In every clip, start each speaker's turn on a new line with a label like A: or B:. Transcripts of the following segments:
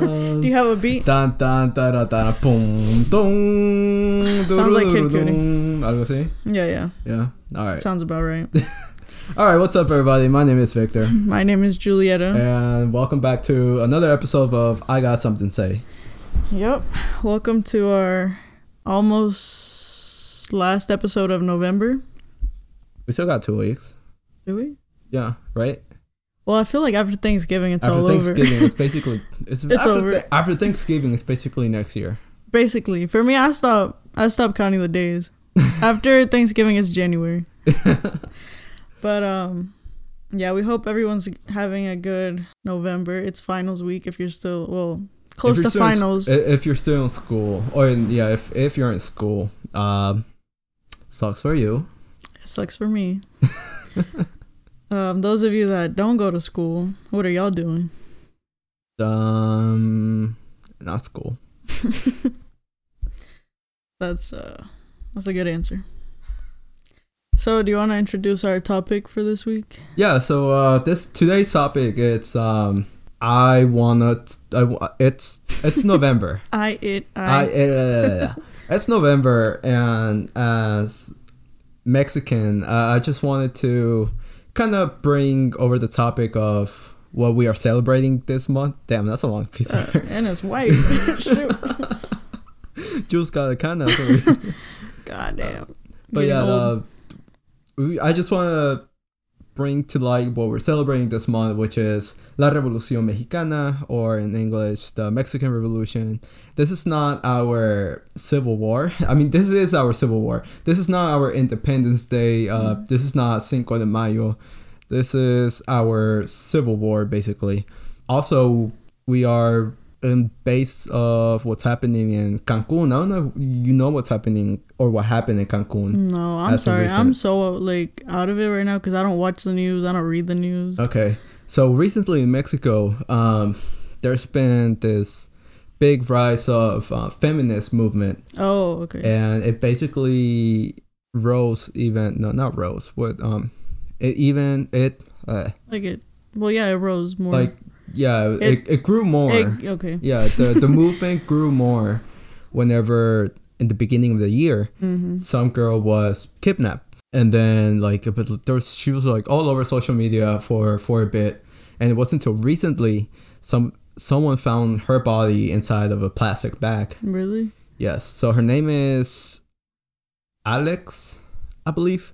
A: Do you have a beat?
B: Tan, tan, tara, tara, pum, tum,
A: Sounds like Kid
B: dururudum. Algo así.
A: Yeah, yeah.
B: Yeah. All right.
A: Sounds about right.
B: All right. What's up, everybody? My name is Victor,
A: My name is Julieta.
B: and welcome back to another episode of I Got Something to Say.
A: Yep. Welcome to our almost last episode of November.
B: We still got two weeks.
A: Do we?
B: Yeah. Right.
A: Well, I feel like after Thanksgiving, it's all
B: after
A: over.
B: Thanksgiving, it's basically it's,
A: It's
B: after,
A: over.
B: Th- after Thanksgiving, it's basically next year.
A: Basically, for me, I stop. I stop counting the days. after Thanksgiving, it's January. But um, yeah. We hope everyone's having a good November. It's finals week. If you're still well
B: If
A: close
B: you're
A: to
B: still in s-
A: finals,
B: i- if you're still in school, or in, yeah, if if you're in school, um, sucks for you.
A: Sucks for me. um, those of you that don't go to school, what are y'all doing?
B: Um, not school.
A: That's uh, that's a good answer. So, do you want to introduce our topic for this week?
B: Yeah. So uh, this today's topic it's um I wanna t- I wa- it's it's November.
A: I it I,
B: I uh, it's November and as Mexican, uh, I just wanted to kind of bring over the topic of what we are celebrating this month. Damn, that's a long piece.
A: uh,
B: of
A: and it's white. Shoot,
B: Jules got a kind of.
A: goddamn.
B: But
A: Getting
B: yeah,
A: old.
B: uh, we- I just want to bring to light what we're celebrating this month, which is La Revolución Mexicana, or in English, the Mexican Revolution. This is not our Civil War. I mean, this is our Civil War. This is not our Independence Day. Uh,
A: Mm-hmm.
B: This is not Cinco de Mayo. This is our Civil War, basically. Also, we are in base of what's happening in Cancun. I don't know if you know what's happening or what happened in Cancun.
A: No, I'm
B: um, That's a
A: sorry. I'm
B: recent-
A: so like out of it right now because I don't watch the news. I don't read the news.
B: Okay. So recently in Mexico, um, there's been this big rise of uh, feminist movement,
A: oh, okay.
B: and it basically rose even no, not rose, what um, it even it uh,
A: like it. Well, yeah, it rose more.
B: like yeah, it, it,
A: It-
B: grew more.
A: It- okay.
B: yeah, the the movement grew more whenever in the beginning of the year
A: hmm
B: some girl was kidnapped and then like but there was, she was like all over social media for for a bit and it wasn't until recently some someone found her body inside of a plastic bag
A: Really?
B: yes so her name is alex i believe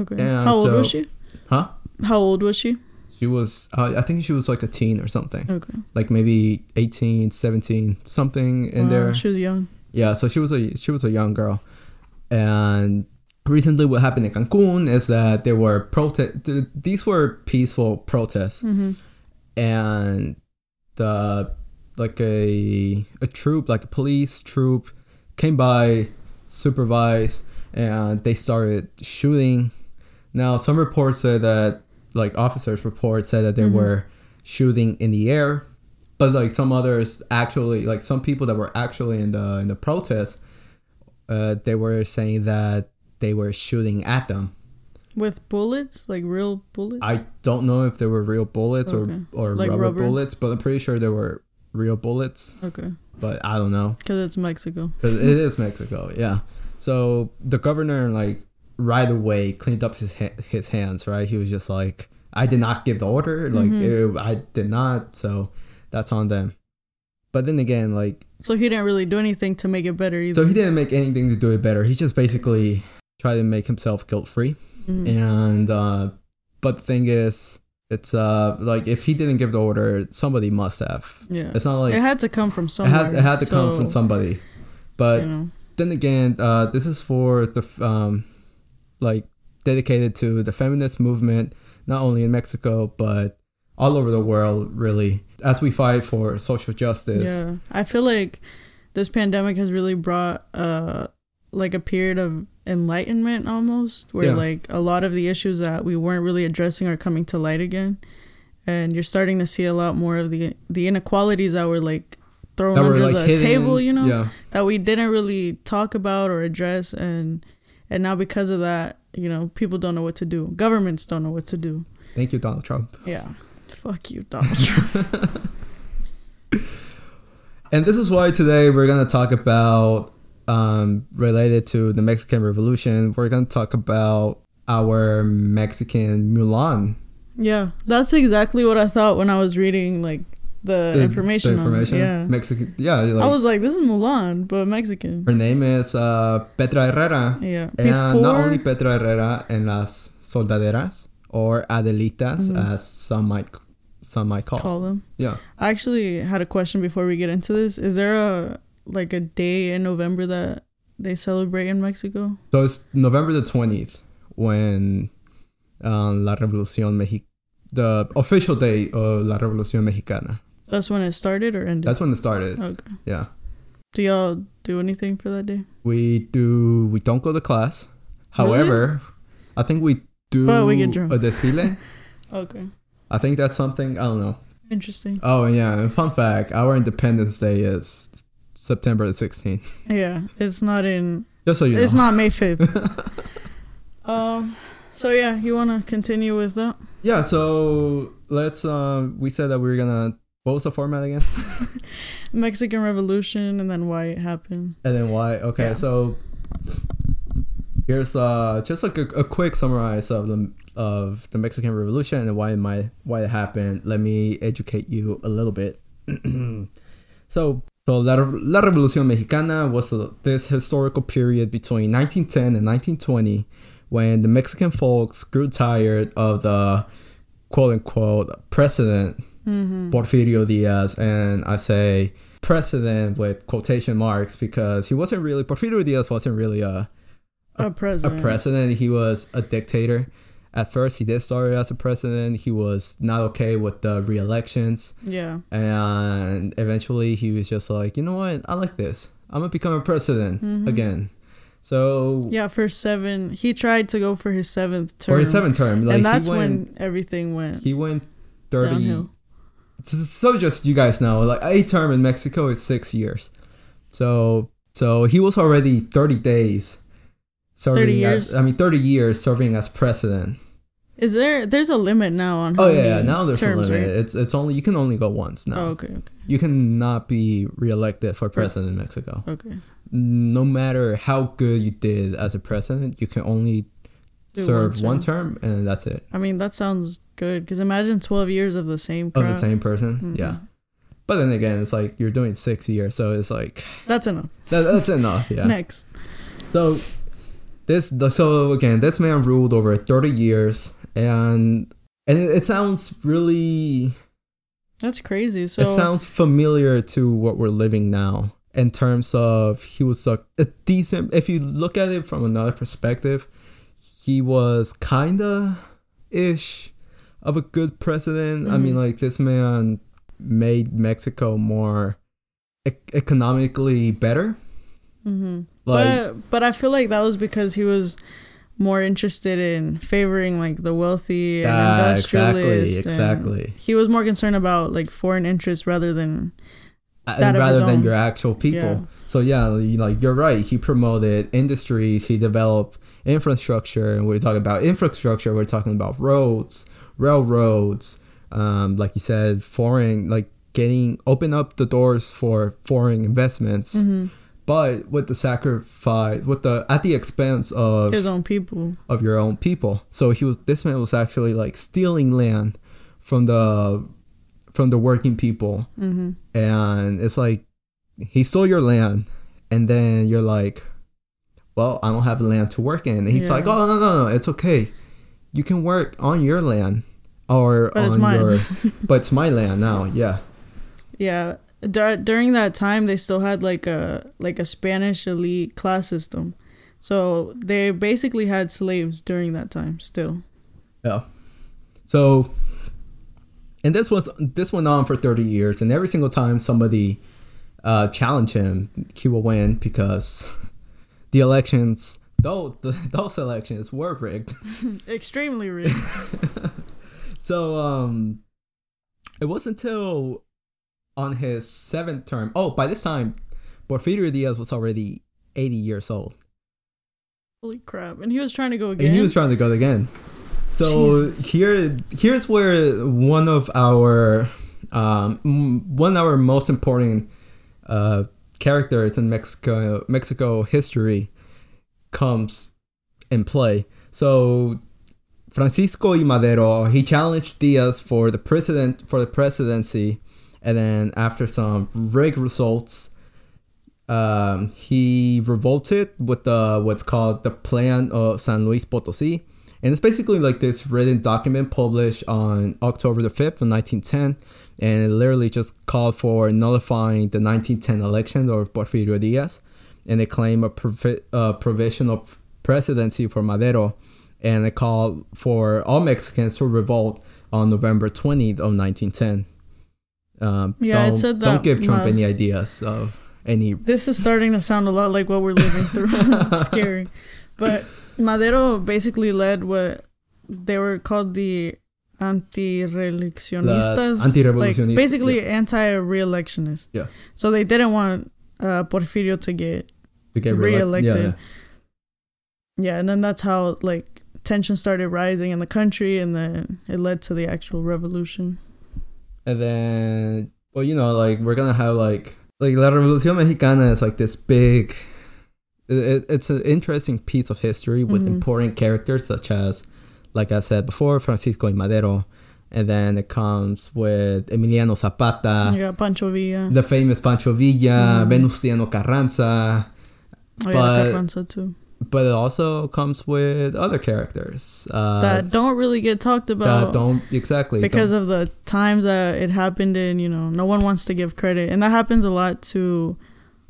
A: Okay.
B: Yeah,
A: How old was
B: so-
A: she?
B: huh
A: How old was she?
B: she was uh, i think she was like a teen or something
A: Okay.
B: like maybe 18 17 something in
A: Wow,
B: there
A: She was young.
B: Yeah, so she was a she was a young girl, and recently what happened in Cancun is that there were protest. Th- these were peaceful protests,
A: hmm
B: and the like a a troop, like a police troop, came by, supervised, and they started shooting. Now some reports say that like officers report said that they
A: Mhm.
B: were shooting in the air, but like some others actually like some people that were actually in the in the protest, uh, they were saying that they were shooting at them.
A: With bullets, like real bullets.
B: I don't know if they were real bullets
A: Okay.
B: or or
A: Like
B: rubber,
A: rubber.
B: bullets, but I'm pretty sure they were real bullets.
A: okay,
B: But I don't know
A: because it's Mexico.
B: 'Cause it is Mexico. Yeah. So the governor like right away cleaned up his ha- his hands. Right, he was just like, I did not give the order. Like
A: Mhm.
B: "Ew, I did not. So that's on them. But then again, like
A: So he didn't really do anything to make it better either.
B: so he didn't make anything to do it better. He just basically tried to make himself guilt free.
A: Mhm.
B: And uh, but the thing is, it's uh like if he didn't give the order, somebody must have.
A: yeah,
B: It's not like
A: it
B: it,
A: had to come from somewhere.
B: has it had to come from
A: so,
B: somebody. But
A: you know,
B: then again, uh, this is for the f- um, like dedicated to the feminist movement, not only in Mexico but all over the world, really, as we fight for social justice.
A: yeah, I feel like this pandemic has really brought uh like a period of enlightenment almost, where
B: Yeah.
A: like a lot of the issues that we weren't really addressing are coming to light again, and you're starting to see a lot more of the the inequalities that were like thrown
B: That
A: under
B: were like
A: the
B: hidden.
A: table, you know.
B: Yeah.
A: that we didn't really talk about or address and and now because of that you know people don't know what to do governments don't know what to do
B: Thank you, Donald Trump.
A: yeah fuck you donald trump
B: And this is why today we're going to talk about um, related to the Mexican Revolution. We're going to talk about our Mexican Mulan.
A: Yeah, that's exactly what I thought when I was reading like the, information.
B: The
A: on it,
B: information.
A: yeah.
B: Mexican. Yeah.
A: I
B: like-
A: was like, this is Mulan, but Mexican.
B: her name is uh, Petra Herrera.
A: Yeah.
B: And not only
A: Before,
B: Petra Herrera and las soldaderas or adelitas,
A: Mhm.
B: as some might some might call.
A: call them.
B: Yeah.
A: I actually had a question before we get into this. Is there a like a day in November that they celebrate in Mexico?
B: So it's November the twentieth when um, la Revolución Mexi- the official day of la Revolución Mexicana.
A: That's when it started or ended.
B: That's when it started.
A: okay.
B: Yeah.
A: Do y'all do anything for that day?
B: We do we don't go to class. However, I think we do
A: But we get drunk.
B: a desfile.
A: Okay.
B: I think that's something I don't know.
A: Interesting.
B: Oh yeah, and fun fact, our Independence Day is September the sixteenth.
A: Yeah, it's not in.
B: Just so you know.
A: It's not May fifth. um. So yeah, you wanna continue with that?
B: Yeah, so let's um we said that we were gonna what was the format again?
A: Mexican Revolution and then why it happened.
B: And then why? Okay,
A: Yeah.
B: so here's uh just like a, a quick summarize of the of the Mexican Revolution and why it might why it happened. Let me educate you a little bit. so so la, la Revolución Mexicana was uh, this historical period between 1910 and 1920 when the Mexican folks grew tired of the quote unquote president
A: Mm-hmm.
B: Porfirio Diaz, and I say president with quotation marks because he wasn't really Porfirio Diaz wasn't really a,
A: A
B: a
A: president.
B: president. He was a dictator. At first, he did start as a president. He was not okay with the re-elections,
A: Yeah.
B: and eventually, he was just like, you know what? I like this. I'm gonna become a president
A: Mhm.
B: again. So
A: Yeah. For seven, he tried to go for his seventh term.
B: for his seventh term, like
A: and that's
B: he went,
A: when everything went
B: he went thirty.
A: downhill.
B: so, so just you guys know, like a term in Mexico is six years. So so he was already thirty days serving
A: 30
B: as
A: years?
B: I mean thirty years serving as president.
A: Is there? There's a limit now on.
B: Oh
A: how
B: yeah, yeah,
A: many
B: now there's
A: Mm-hmm. terms,
B: a limit.
A: right?
B: It's it's only you can only go once now.
A: Oh, okay, okay,
B: You cannot be reelected for president in Mexico.
A: okay.
B: No matter how good you did as a president, you can only
A: Do
B: serve
A: one
B: one term. and that's it.
A: I mean, that sounds good because imagine twelve years of the same.
B: Of
A: Crap.
B: the same person. Yeah.
A: Mhm.
B: But then again, it's like you're doing six years, so it's like
A: That's enough.
B: that, that's enough. Yeah.
A: Next.
B: So this so again, this man ruled over 30 years and and it, it sounds really
A: That's crazy. So
B: it sounds familiar to what we're living now in terms of he was a, a decent if you look at it from another perspective, he was kinda ish of a good president. I mean
A: Mhm.
B: like this man made Mexico more e- economically better.
A: hmm
B: Like
A: but but I feel like that was because he was more interested in favoring like the wealthy and
B: Ah,
A: industrialists.
B: exactly,
A: and
B: exactly.
A: He was more concerned about like foreign interests rather than that
B: and
A: of his
B: rather than
A: own.
B: your actual people.
A: Yeah.
B: So yeah, you- like you're right. He promoted industries. He developed infrastructure, and we're talking about infrastructure. We're talking about roads, railroads. Um, like you said, foreign like getting open up the doors for foreign investments,
A: mhm,
B: but with the sacrifice, with the at the expense of
A: his own people.
B: of your own people. So he was this man was actually like stealing land from the from the working people
A: hmm
B: and it's like he stole your land and then you're like well i don't have land to work in and he's
A: Yeah.
B: like oh no no no it's okay you can work on your land or
A: But
B: on
A: it's mine.
B: your but it's my land now yeah
A: Yeah. Dur- during that time, they still had like a like a Spanish elite class system, so they basically had slaves during that time. Still,
B: yeah so and this was this went on for 30 years and every single time somebody uh challenged him he will win because the elections though those elections were rigged
A: extremely rich.
B: So um it wasn't until on his seventh term. Oh, by this time, Porfirio Diaz was already 80 years old.
A: Holy crap! And he was trying to go
B: And
A: again.
B: he was trying to go again. So
A: Jesus.
B: here here's where one of our um m- one of our most important uh, characters in Mexico Mexico history comes in play. So Francisco y Madero he challenged Diaz for the president for the presidency, and then after some rigged results, um, he revolted with the what's called the Plan of San Luis Potosí. And it's basically like this written document published on October the 5th of 1910. And it literally just called for nullifying the 1910 election of Porfirio Diaz. And it claimed a, provi- a provisional presidency for Madero. And it called for all Mexicans to revolt on November 20th of 1910. Um,
A: Yeah, it
B: don't,
A: said
B: don't
A: that,
B: give Trump
A: uh,
B: any ideas of any.
A: This is starting to sound a lot like what we're living through. Scary. But Madero basically led what they were called the anti-reeleccionistas.
B: Las antirrevolucionistas,
A: Like, basically anti-reelectionists.
B: Yeah.
A: So they didn't want uh, Porfirio to get...
B: To get reelec-
A: Reelected.
B: Yeah, yeah.
A: Yeah, and then that's how, like, tension started rising in the country and then it led to the actual revolution.
B: And then, well, you know, like we're gonna have like like La Revolución Mexicana is like this big. It, it- it's an interesting piece of history with
A: Mhm.
B: important characters such as, like I said before, Francisco y Madero, and then it comes with Emiliano Zapata,
A: you got Pancho Villa.
B: the famous Pancho Villa,
A: Mhm.
B: Venustiano Carranza,
A: oh,
B: but-
A: yeah, Carranza too.
B: but it also comes with other characters uh,
A: that don't really get talked about.
B: that don't exactly
A: because
B: don't-
A: of the times that it happened in you know no one wants to give credit and that happens a lot to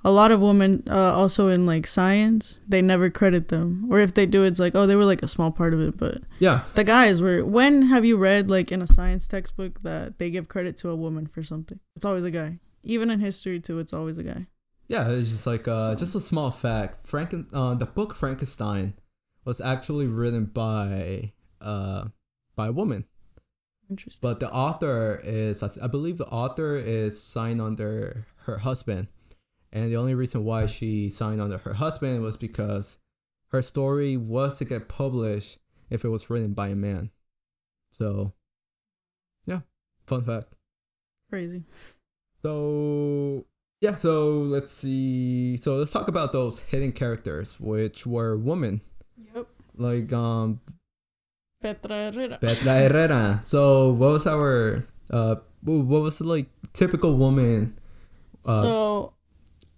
A: a lot of women uh, also in like science they never credit them or if they do it's like oh they were like a small part of it but
B: yeah
A: the guys were when have you read like in a science textbook that they give credit to a woman for something it's always a guy even in history too it's always a guy
B: Yeah, it's just like uh,
A: So-
B: just a small fact. Franken uh, the book Frankenstein was actually written by uh, by a woman,
A: interesting
B: but the author is I, th- I believe the author is signed under her husband, and the only reason why she signed under her husband was because her story was to get published if it was written by a man. So, yeah, fun fact.
A: crazy
B: So yeah, so let's see. So let's talk about those hidden characters, which were women,
A: yep
B: like um
A: petra herrera
B: Petra Herrera. So what was our uh wh- what was the, like typical woman uh,
A: so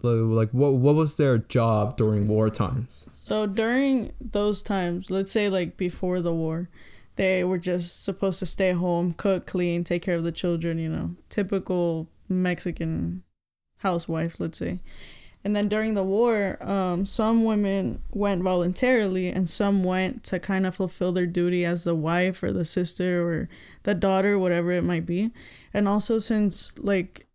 B: li- like what what was their job during war times?
A: So during those times, let's say like before the war, they were just supposed to stay home, cook, clean, take care of the children, you know, typical Mexican housewife, let's say. And then during the war, um, some women went voluntarily and some went to kind of fulfill their duty as the wife or the sister or the daughter, whatever it might be. And also, since like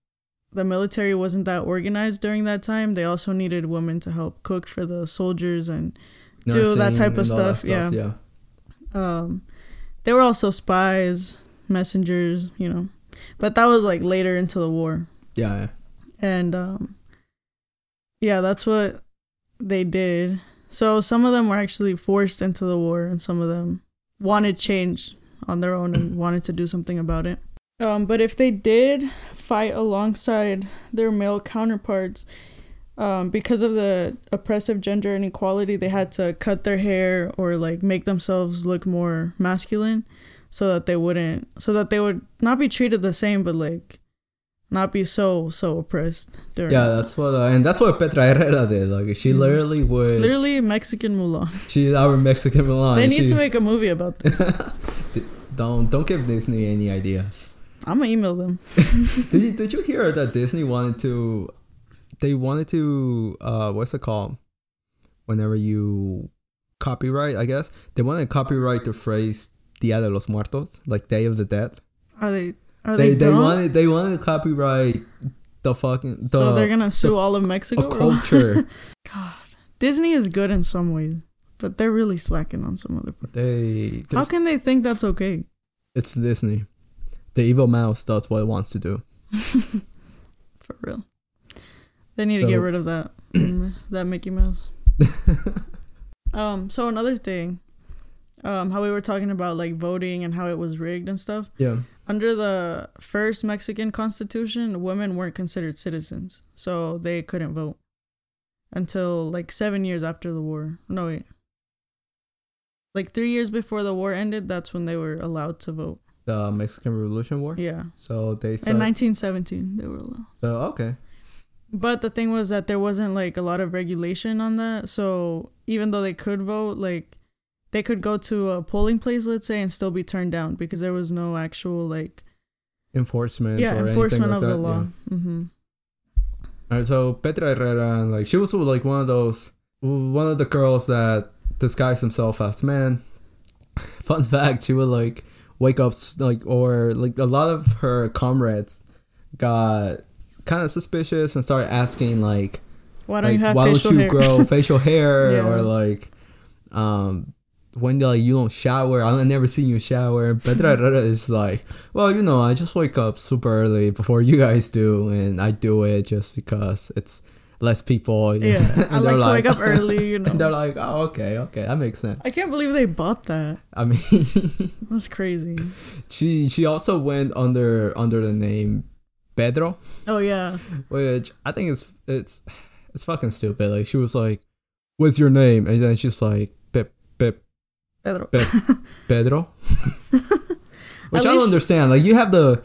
A: the military wasn't that organized during that time, they also needed women to help cook for the soldiers and Do that
B: Nursing
A: type
B: and
A: of
B: all
A: stuff, yeah.
B: yeah.
A: um they were also spies messengers you know but that was like later into the war
B: Yeah, yeah.
A: and um yeah that's what they did so some of them were actually forced into the war and some of them wanted change on their own and wanted to do something about it um but if they did fight alongside their male counterparts um, because of the oppressive gender inequality, they had to cut their hair or like make themselves look more masculine so that they wouldn't, so that they would not be treated the same, but like not be so, so oppressed. During
B: Yeah, that's what uh, and that's what Petra Herrera did. Like she
A: Mhm.
B: literally would
A: literally Mexican Mulan.
B: she's our Mexican Milan.
A: they need
B: she,
A: to make a movie about this.
B: don't don't give Disney any ideas.
A: I'm gonna email them.
B: did, you, did you hear that Disney wanted to? They wanted to. Uh, what's it called? Whenever you copyright, I guess they wanted to copyright the phrase "Dia de los Muertos," like Day of the Dead.
A: Are they? Are
B: they
A: they?
B: they
A: dumb?
B: wanted they wanted to copyright the fucking
A: so Oh, they're
B: the
A: gonna sue all of Mexico.
B: a
A: or what?
B: culture.
A: God, Disney is good in some ways, but they're really slacking on some other.
B: they
A: How
B: there's-
A: can they think that's okay?
B: it's Disney? The evil mouse does what it wants to do.
A: For real. They need to
B: So-
A: get rid of that that Mickey Mouse. Um so another thing um, how we were talking about like voting and how it was rigged and stuff.
B: Yeah.
A: Under the first Mexican constitution, women weren't considered citizens, so they couldn't vote until like seven years after the war. No, wait. Like three years before the war ended, that's when they were allowed to vote.
B: The Mexican Revolution War.
A: Yeah.
B: So they
A: In
B: started.
A: 1917, they were allowed.
B: so okay.
A: But the thing was that there wasn't like a lot of regulation on that. So even though they could vote, like they could go to a polling place, let's say, and still be turned down because there was no actual like
B: Enforcement.
A: yeah
B: or
A: enforcement
B: anything like
A: of
B: that.
A: the law.
B: yeah.
A: hmm
B: All right, so Petra Herrera, like she was like one of those, one of the girls that disguised himself as man. Fun fact: she would like wake up, like or like a lot of her comrades got kind of suspicious and started asking like,
A: Why don't
B: like
A: you have
B: why don't
A: facial
B: you
A: hair?
B: grow facial hair
A: Yeah.
B: or like, um. When like you don't shower, I've never seen you shower. Petra Herrera is like, well, you know, I just wake up super early before you guys do, and I do it just because it's less people. you know.
A: yeah, I
B: And they're
A: like to wake up early. You
B: And they're
A: know,
B: like, oh, okay, okay, that makes sense.
A: I can't believe they bought that.
B: I mean,
A: That's crazy.
B: she she also went under under the name Pedro,
A: Oh yeah,
B: which I think is it's it's fucking stupid. Like she was like, "What's your name?" and then she's like, "Pe- Pe-
A: Pedro.
B: Pe- Pedro," which I don't
A: least-
B: understand. Like you have the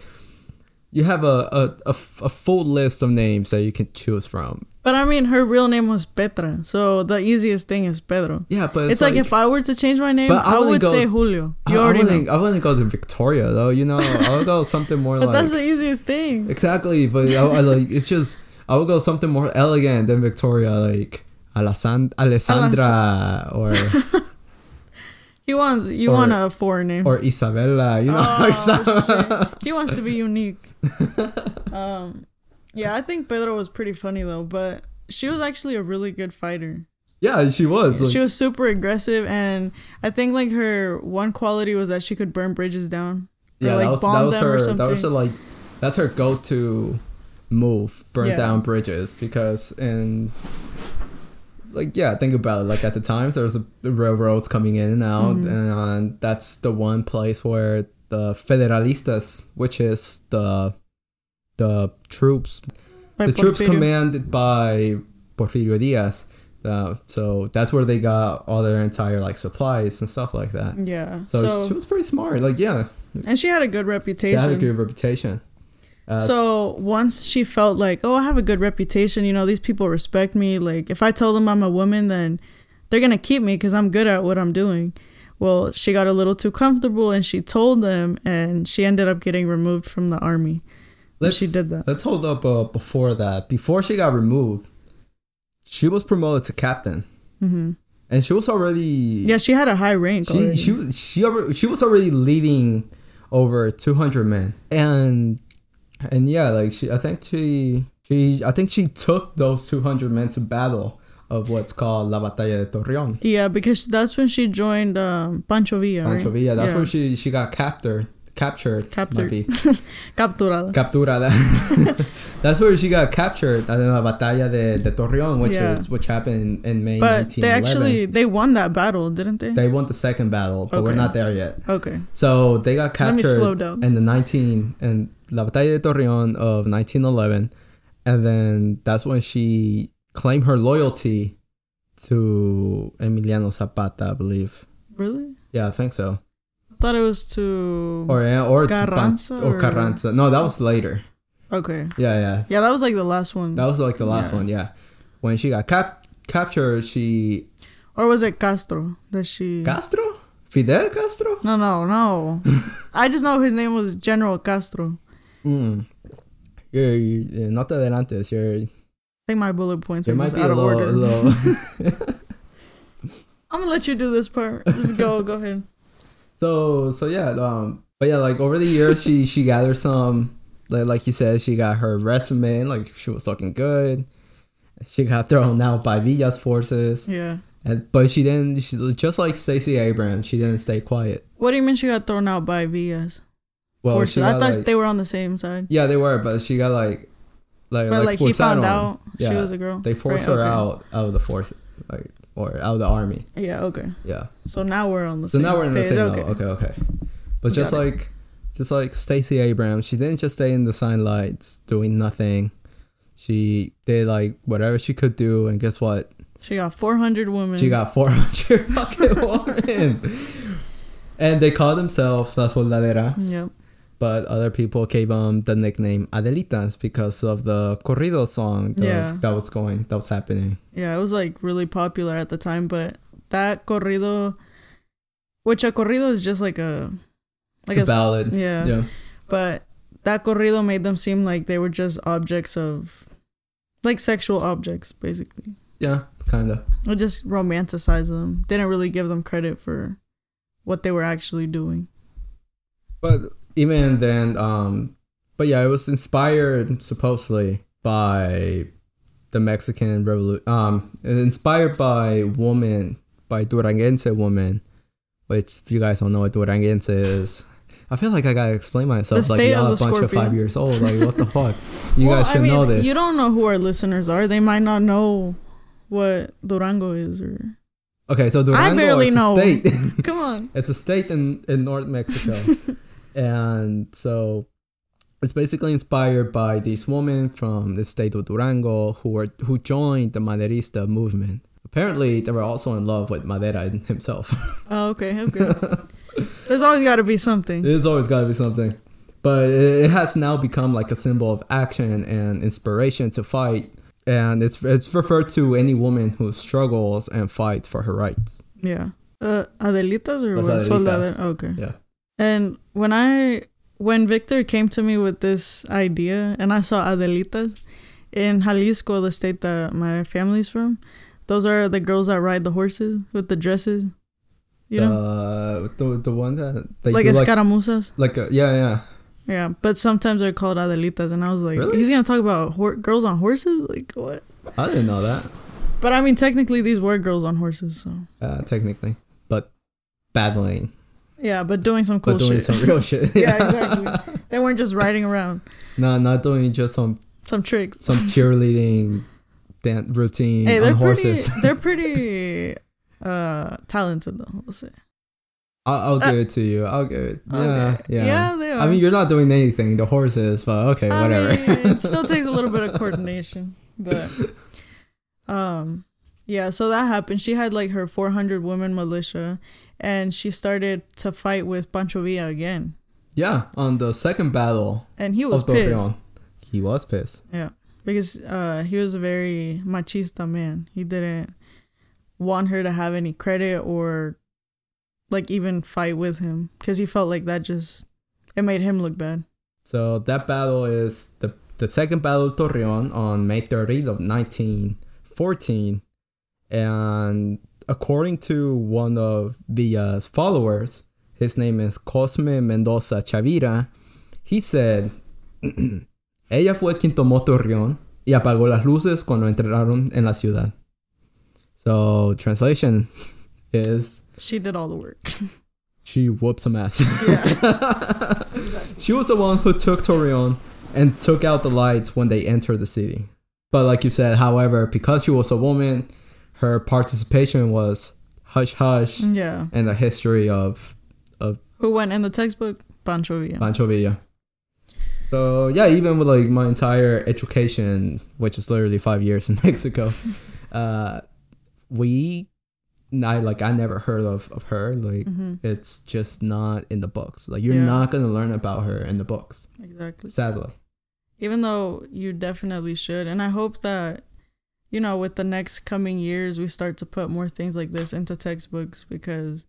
B: you have a, a, a, f- a full list of names that you can choose from.
A: But I mean, her real name was Petra, so the easiest thing is Pedro.
B: Yeah, but
A: It's, like, if I were to change my name,
B: But I
A: I,
B: wouldn't
A: would
B: go-
A: say Julio.
B: I-
A: You
B: I,
A: already know.
B: wouldn't, I wouldn't go to Victoria though. You know, I'll go something more
A: But
B: like
A: that's the easiest thing.
B: exactly. But I, I like it's just I would go something more elegant than Victoria, like Alasan- Alessandra or
A: He wants you
B: Or-
A: want a foreign name.
B: or Isabella. You know, like some-
A: oh, shit. he wants to be unique. um, yeah, I think Pedro was pretty funny though, but she was actually a really good fighter.
B: yeah, she was. Like,
A: She was super aggressive, and I think like her one quality was that she could burn bridges down. or,
B: yeah,
A: like,
B: that was that
A: bomb
B: was
A: them or
B: her. That was her,
A: something.
B: like that's her go-to move: burn
A: Yeah.
B: down bridges because and. Like yeah, think about it. Like at the time, there was the railroads coming in and out,
A: Mm-hmm.
B: and that's the one place where the Federalistas, which is the the troops
A: by
B: the troops
A: Porfirio.
B: commanded by Porfirio Diaz. Uh, so that's where they got all their entire like supplies and stuff like that.
A: Yeah.
B: So,
A: Mm. So,
B: she was pretty smart. Like yeah,
A: and she had a good
B: she
A: reputation.
B: had a good reputation. Uh,
A: so once she felt like, oh, I have a good reputation, you know, these people respect me. Like, if I tell them I'm a woman, then they're going to keep me because I'm good at what I'm doing. Well, she got a little too comfortable and she told them, and she ended up getting removed from the army. when
B: let's
A: she did that.
B: let's hold up uh, before that. Before she got removed, she was promoted to captain,
A: hmm
B: and she was already
A: Yeah, she had a high rank.
B: she
A: already.
B: she was- she already, she was already leading over 200 men and and yeah like she i think she she i think she took those 200 men to battle of what's called la batalla de torreon
A: yeah, because that's when she joined um, Pancho Villa.
B: Pancho
A: right?
B: Villa, that's
A: Yeah.
B: where she she got captured captured
A: Captured.
B: might be
A: Capturada.
B: capturada that's where she got captured at la batalla de, de torreon which
A: Yeah.
B: is which happened in may
A: But
B: 1911
A: they actually they won that battle, didn't they?
B: they won the second battle but we're
A: Okay.
B: not there yet
A: okay.
B: So they got
A: Let me
B: captured
A: slow down.
B: in the 19 and La Batalla de Torreon of 1911, and then that's when she claimed her loyalty to Emiliano Zapata, I believe.
A: Really?
B: Yeah, I think so.
A: I thought it was to
B: Or or to Pan-
A: Carranza
B: or
A: or-
B: Carranza. No, that was later.
A: Okay.
B: Yeah, yeah.
A: Yeah, that was like the last one.
B: That was like the last
A: Yeah.
B: one. Yeah, when she got cap- captured, she
A: Or was it Castro that she?
B: Castro, Fidel Castro.
A: no, no, no. I just know his name was General Castro. I
B: Mm. You're, you're not adelantes. You're
A: think my bullet points
B: you
A: are
B: might
A: just
B: be
A: out
B: a
A: of
B: little,
A: order.
B: a little
A: I'm gonna let you do this part. Just go, go ahead.
B: So so yeah, um, but yeah, like over the years, she she gathered some, like like you said, she got her resume, like she was looking good. She got thrown out by Villa's forces,
A: Yeah.
B: and but she didn't. She, just like Stacey Abrams, she didn't stay quiet.
A: What do you mean she got thrown out by Villas?
B: Well,
A: Forces?
B: Oh, she
A: I
B: got,
A: thought
B: like-
A: they were on the same side.
B: yeah, they were, but she got like, like
A: but like he found
B: expulsaron.
A: out
B: Yeah,
A: she was a girl.
B: They forced
A: Right,
B: her
A: okay.
B: out out of the force. Like or out of the army.
A: Yeah, okay.
B: Yeah.
A: So now we're on the
B: So
A: same
B: now we're in the
A: page.
B: same
A: okay.
B: level. Okay, okay. But
A: Got
B: just
A: it.
B: like just like Stacey Abrams, she didn't just stay in the sunlight doing nothing. She did like whatever she could do and guess what?
A: She got 400 women.
B: She got 400 fucking women. And they call themselves Las Soldaderas,
A: Yep.
B: but other people gave them the nickname Adelitas because of the corrido song that,
A: Yeah.
B: that was going, that was happening.
A: Yeah, it was like really popular at the time, but that corrido, which a corrido is just like a, like
B: it's a
A: s-
B: ballad.
A: Yeah,
B: yeah.
A: But that corrido made them seem like they were just objects of, like sexual objects, basically.
B: Yeah, kind of.
A: It just romanticized them. Didn't really give them credit for what they were actually doing.
B: But even then, um, but yeah, it was inspired supposedly by the Mexican Revolution. Um, inspired by woman, by Duranguense woman, which if you guys don't know what Duranguense is, I feel like I gotta explain myself.
A: The
B: like
A: state
B: y'all
A: of
B: a bunch
A: the
B: of five
A: scorpion.
B: years old. Like what the fuck? You guys should know this.
A: You don't know who our listeners are. They might not know what Durango is, or
B: okay, so Durango
A: barely
B: is
A: know.
B: a state.
A: come on.
B: it's a state in in North Mexico. and so it's basically inspired by these women from the state of Durango who were who joined the Maderista movement. Apparently, they were also in love with Madera himself.
A: Oh, okay, okay. There's always got to be something.
B: It's always got to be something, but it it has now become like a symbol of action and inspiration to fight. And it's it's referred to any woman who struggles and fights for her rights.
A: Yeah. Uh, Adelitas or
B: Las
A: what?
B: Adelitas.
A: Soldado- Okay.
B: Yeah.
A: And when I when Victor came to me with this idea, and I saw Adelitas in Jalisco, the state that my family's from. Those are the girls that ride the horses with the dresses. You know,
B: Uh, the the one that they
A: like
B: do like
A: escaramuzas.
B: like a, yeah yeah
A: Yeah, but sometimes they're called Adelitas, and I was like,
B: Really?
A: he's gonna talk about hor- girls on horses, like what?
B: I didn't know that.
A: But I mean, technically, these were girls on horses, so
B: uh, technically, but battling,
A: yeah. But doing some cool
B: but doing
A: shit.
B: some real shit.
A: yeah, exactly. They weren't just riding around.
B: no, not doing just some
A: Some tricks.
B: some cheerleading dance routine
A: hey,
B: on
A: they're pretty.
B: horses.
A: They're pretty uh talented, though. We'll say.
B: I'll, I'll
A: Uh,
B: give it to you. I'll give it. Yeah,
A: Okay.
B: yeah.
A: they are.
B: I mean, you're not doing anything. The horses, but okay,
A: I
B: whatever.
A: mean, it still takes a little bit of coordination, but um, yeah. So that happened. She had like her 400 women militia, and she started to fight with Pancho Villa again,
B: yeah, on the second battle
A: and he was
B: of Torreon,
A: pissed
B: he was pissed.
A: because uh he was a very machista man. He didn't want her to have any credit or like even fight with him because he felt like that just it made him look bad.
B: So that battle is the the second battle of Torreon on May 30th of 1914, and according to one of Villa's followers, his name is Cosme Mendoza Chavira. He said, "Ella fue quien tomó Torreón y apagó las luces cuando entraron en la ciudad." So translation is
A: She did all the work.
B: she whooped some ass. she was the one who took Torion and took out the lights when they entered the city. But like you said, however, because she was a woman, her participation was hush hush
A: yeah.
B: and the history of
A: Who went in the textbook? Pancho Villa.
B: Pancho Villa. So yeah, even with like my entire education, which is literally five years in Mexico, uh, we, I like I never heard of of her like.
A: hmm
B: it's just not in the books. Like you're
A: Yeah.
B: not gonna learn about her in the books,
A: Exactly.
B: sadly.
A: Even though you definitely should, and I hope that you know with the next coming years we start to put more things like this into textbooks because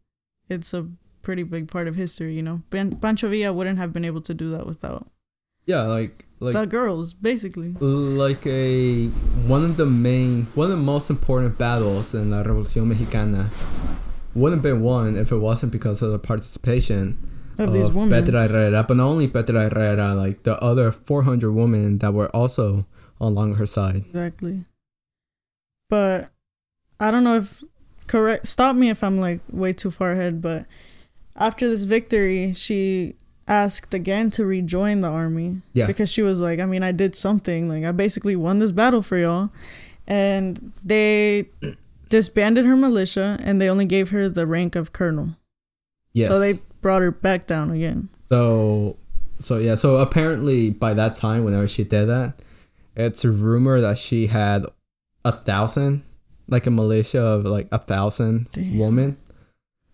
A: it's a pretty big part of history. You know, ben- Pancho Villa wouldn't have been able to do that without
B: Yeah, like like
A: the girls, basically.
B: like a one of the main one of the most important battles in La Revolución Mexicana wouldn't have been won if it wasn't because of the participation
A: Of these women.
B: Petra Herrera, but not only Petra Herrera, like the other 400 women that were also along her side.
A: Exactly. But I don't know if correct stop me if I'm like way too far ahead, but after this victory, she asked again to rejoin the army.
B: Yeah.
A: Because she was like, I mean, I did something. Like I basically won this battle for y'all. And they disbanded her militia and they only gave her the rank of colonel.
B: Yes.
A: So they brought her back down again.
B: So, so yeah. So apparently, by that time, whenever she did that, it's a rumor that she had a thousand, like a militia of like a thousand
A: Damn.
B: women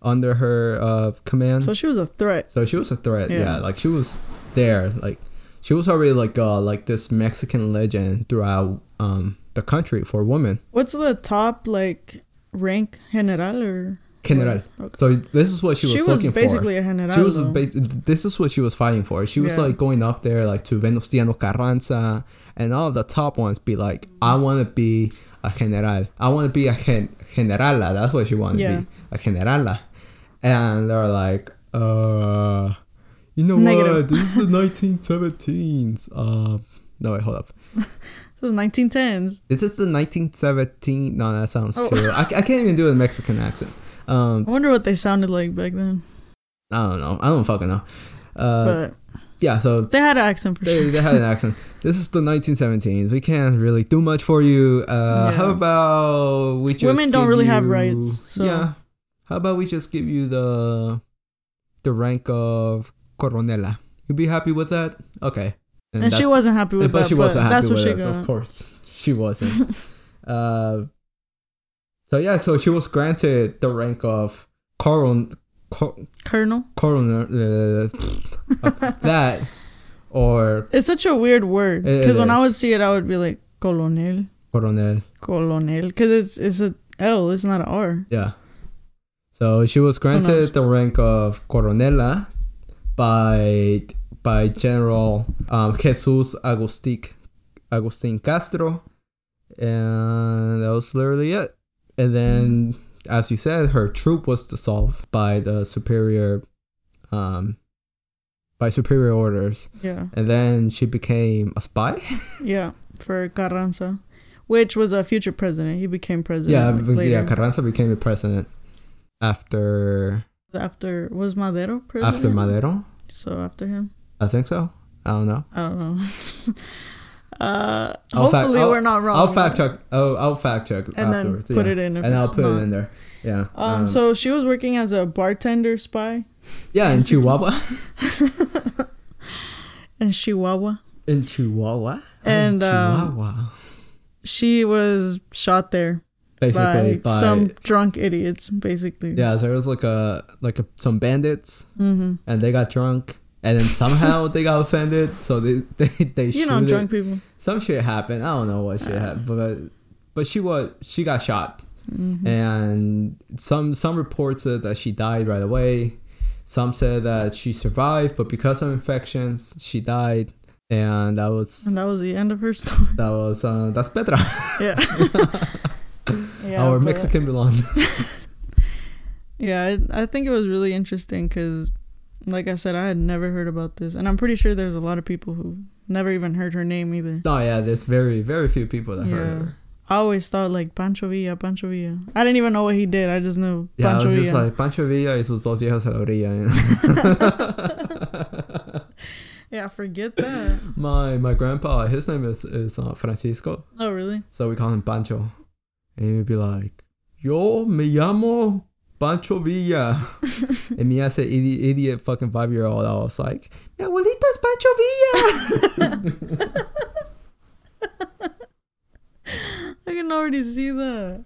B: under her uh, command.
A: So
B: So,
A: she was a threat.
B: she was a threat. Yeah.
A: Yeah.
B: like she was there. Like she was already like uh like this Mexican legend throughout um the country for women.
A: What's the top like rank general or
B: General.
A: Okay.
B: So this is what she was looking for.
A: basically a general.
B: She was
A: though.
B: bas- this is what she was fighting for. She was
A: Yeah.
B: like going up there like to Venustiano Carranza and all of the top ones be like, I want to be a general. I want to be a gen- generala. That's what she wanted to
A: Yeah.
B: be, a generala. And they're like, uh, you know what?
A: Negative.
B: This is the 1917s. Uh, no, wait, hold up.
A: This is 1910s.
B: This is the 1917. No, that sounds
A: Oh.
B: too. I, I can't even do a Mexican accent. Um,
A: I wonder what they sounded like back then.
B: I don't know. I don't fucking know. Uh,
A: but
B: yeah, so
A: they had an accent for
B: they,
A: sure.
B: they had an accent. This is the 1917s. We can't really do much for you. Uh,
A: Yeah.
B: How about we just
A: Women don't
B: give
A: really have
B: you-
A: rights, so-
B: Yeah. How about we just give you the the rank of coronela? You'd be happy with that? Okay.
A: And, she
B: that's-
A: wasn't happy with
B: but
A: that.
B: she wasn't
A: but
B: happy
A: that's what
B: with
A: she
B: it. Of
A: got.
B: course, she wasn't. uh, so yeah, so she was granted the rank of coron cor-
A: Colonel.
B: coroner uh, that or
A: It's such a weird word
B: It- it
A: because when I
B: is.
A: would see it, I would be like colonel,
B: coronel.
A: colonel, because it's it's a L, it's not an R.
B: Yeah. So she was
A: knows?
B: granted the rank of coronela by by General um, Jesus Agustin Agustin Castro, and that was literally it. And then, as you said, her troop was dissolved by the superior, um, by superior orders,
A: Yeah,
B: and then she became a spy.
A: yeah, for Carranza, which was a future president. He became president.
B: yeah,
A: like,
B: b-
A: later.
B: yeah. Carranza became the president after
A: after was Madero president.
B: after Madero.
A: So after him,
B: I think so. I don't know.
A: I don't know. Um, uh,
B: I'll fact-
A: hopefully
B: I'll-
A: we're not wrong.
B: I'll fact check. Oh, I'll fact check
A: and then
B: afterwards.
A: put
B: yeah.
A: it in. If
B: and I'll
A: it's
B: put
A: not.
B: it in there. Yeah.
A: Um, so she was working as a bartender spy
B: yeah, in Chihuahua.
A: in Chihuahua.
B: In Chihuahua.
A: And,
B: in
A: um,
B: Chihuahua.
A: She was shot there
B: Basically,
A: by,
B: by,
A: some drunk idiots, basically.
B: yeah, so it was like a like a, some bandits,
A: Mm-hmm.
B: and they got drunk, and then somehow they got offended, so they they they
A: You know,
B: shoot it.
A: drunk people.
B: Some shit happened. I don't know what shit
A: Uh.
B: happened, but but she was she got shot.
A: Mhm.
B: Mm-hmm. and some some reports said that she died right away. Some said that she survived, but because of infections, she died, and that was
A: And that was the end of her story.
B: that was uh, that's Petra,
A: Yeah. yeah
B: our
A: but-
B: Mexican blonde.
A: Yeah, it, I think it was really interesting because, like I said, I had never heard about this. And I'm pretty sure there's a lot of people who never even heard her name either.
B: no, yeah, there's very very few people that
A: Yeah.
B: heard her.
A: I always thought, like, Pancho Villa, Pancho Villa. I didn't even know what he did. I just knew
B: Yeah, I
A: Pancho
B: was just
A: Villa.
B: like Pancho Villa y sus dos viejos a la orilla.
A: yeah, forget that.
B: my my grandpa, his name is is uh, Francisco,
A: oh, really?
B: so we call him Pancho, and he would be like, "Yo me llamo Pancho Villa." And me, I said, idiot, idiot fucking five year old. I was like, Mi abuelita's Pancho Villa.
A: I can already see that.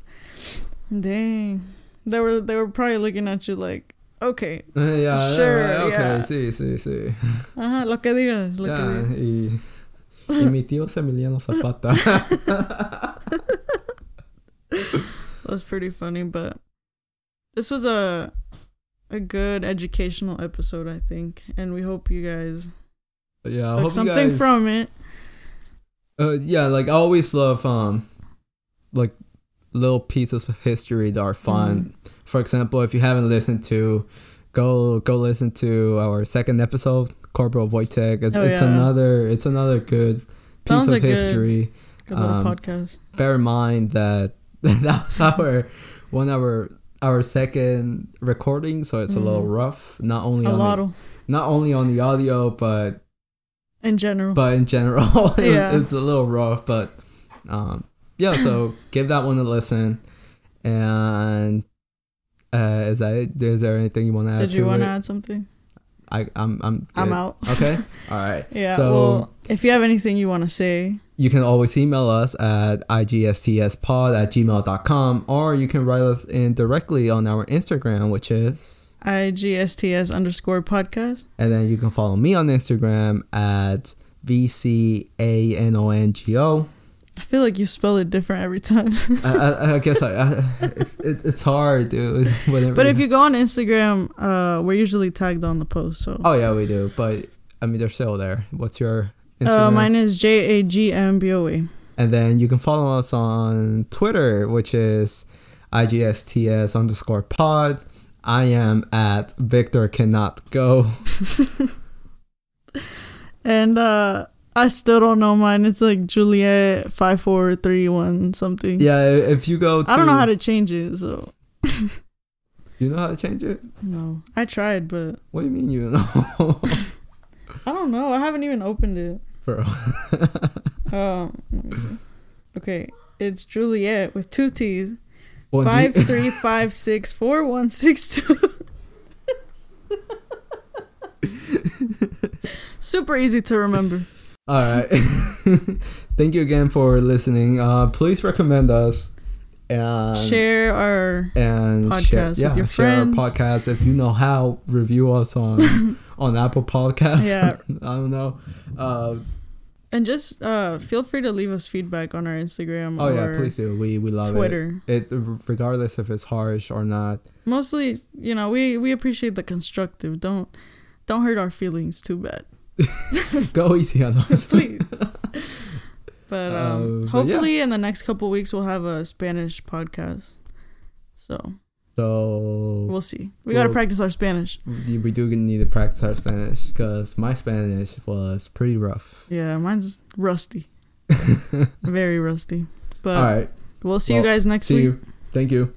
A: Dang. They were they were probably looking at you like, okay,
B: Uh, yeah,
A: Sure,
B: sure. Like, okay,
A: yeah.
B: sí, sí, sí.
A: uh-huh, lo que digas, lo que
B: Yeah,
A: digas.
B: y, y mi tío es Emiliano Zapata.
A: That's pretty funny, but this was a a good educational episode, I think, and we hope you guys
B: yeah, I
A: took
B: hope
A: something
B: you guys,
A: from it.
B: Uh, yeah, like I always love um, like little pieces of history that are fun. For example, if you haven't listened to, go go listen to our second episode, Corporal Wojtek. It's,
A: Oh,
B: it's
A: yeah.
B: another it's another good piece
A: Sounds
B: of
A: like a-
B: history.
A: Good little
B: Um,
A: podcast.
B: bear in mind that that was our one our our second recording, so it's a little
A: Mhm.
B: rough. Not only
A: A
B: on
A: lot
B: the,
A: of-
B: not only on the audio, but
A: in general.
B: but in general, it-
A: Yeah.
B: it's a little rough. But um, yeah, so give that one a listen, And uh, is that it? Is there anything you want to add?
A: Did you
B: to
A: want to
B: it?
A: add something?
B: I I'm I'm
A: I'm
B: good.
A: out.
B: Okay. All right.
A: Yeah.
B: So-
A: well, if you have anything you want to say,
B: You can always email us at igstspod at gmail.com or you can write us in directly on our Instagram, which is.
A: IGSTS underscore podcast.
B: And then you can follow me on Instagram at VCANONGO.
A: I feel like you spell it different every time.
B: I, I, I guess I, I, it, it's hard, dude. Whenever
A: but if you go on Instagram, uh, we're usually tagged on the post. So Uh,
B: Oh, yeah, we do. But I mean, they're still there. What's your Instagram?
A: uh, mine is J A G M B O E.
B: And then you can follow us on Twitter, which is IGSTS underscore pod. I am at Victor Cannot Go.
A: And uh, I still don't know mine. It's like Juliet five four three one something.
B: Yeah, i- if you go to.
A: I don't know how to change it. So
B: You know how to change it?
A: no, I tried, but
B: What do you mean you know?
A: I don't know. I haven't even opened it.
B: Bro.
A: Um, let me see. Okay, it's Juliet with two T's.
B: Well, do you-
A: Five three five six four one six two. Super easy to remember.
B: All right. Thank you again for listening. Uh, please recommend us. And
A: Share our
B: and share,
A: podcast
B: yeah,
A: with
B: share
A: your friends.
B: our podcast if you know how. Review us on on Apple Podcasts.
A: Yeah.
B: I don't know. Uh,
A: and just uh, feel free to leave us feedback on our Instagram
B: oh
A: or
B: yeah, please do. We we love
A: Twitter.
B: it. It regardless if it's harsh or not.
A: Mostly, you know, we we appreciate the constructive. Don't don't hurt our feelings too bad,
B: Go easy on us.
A: please. but
B: Uh,
A: um,
B: but
A: hopefully, in the next couple weeks, we'll have a Spanish podcast. So
B: So
A: we'll see. We gotta
B: Well-
A: practice our Spanish.
B: we we do need to practice our Spanish because my Spanish was pretty rough.
A: Yeah, mine's rusty, very rusty. But
B: All right.
A: we'll see
B: Well,
A: you guys next
B: See
A: week.
B: you. Thank you.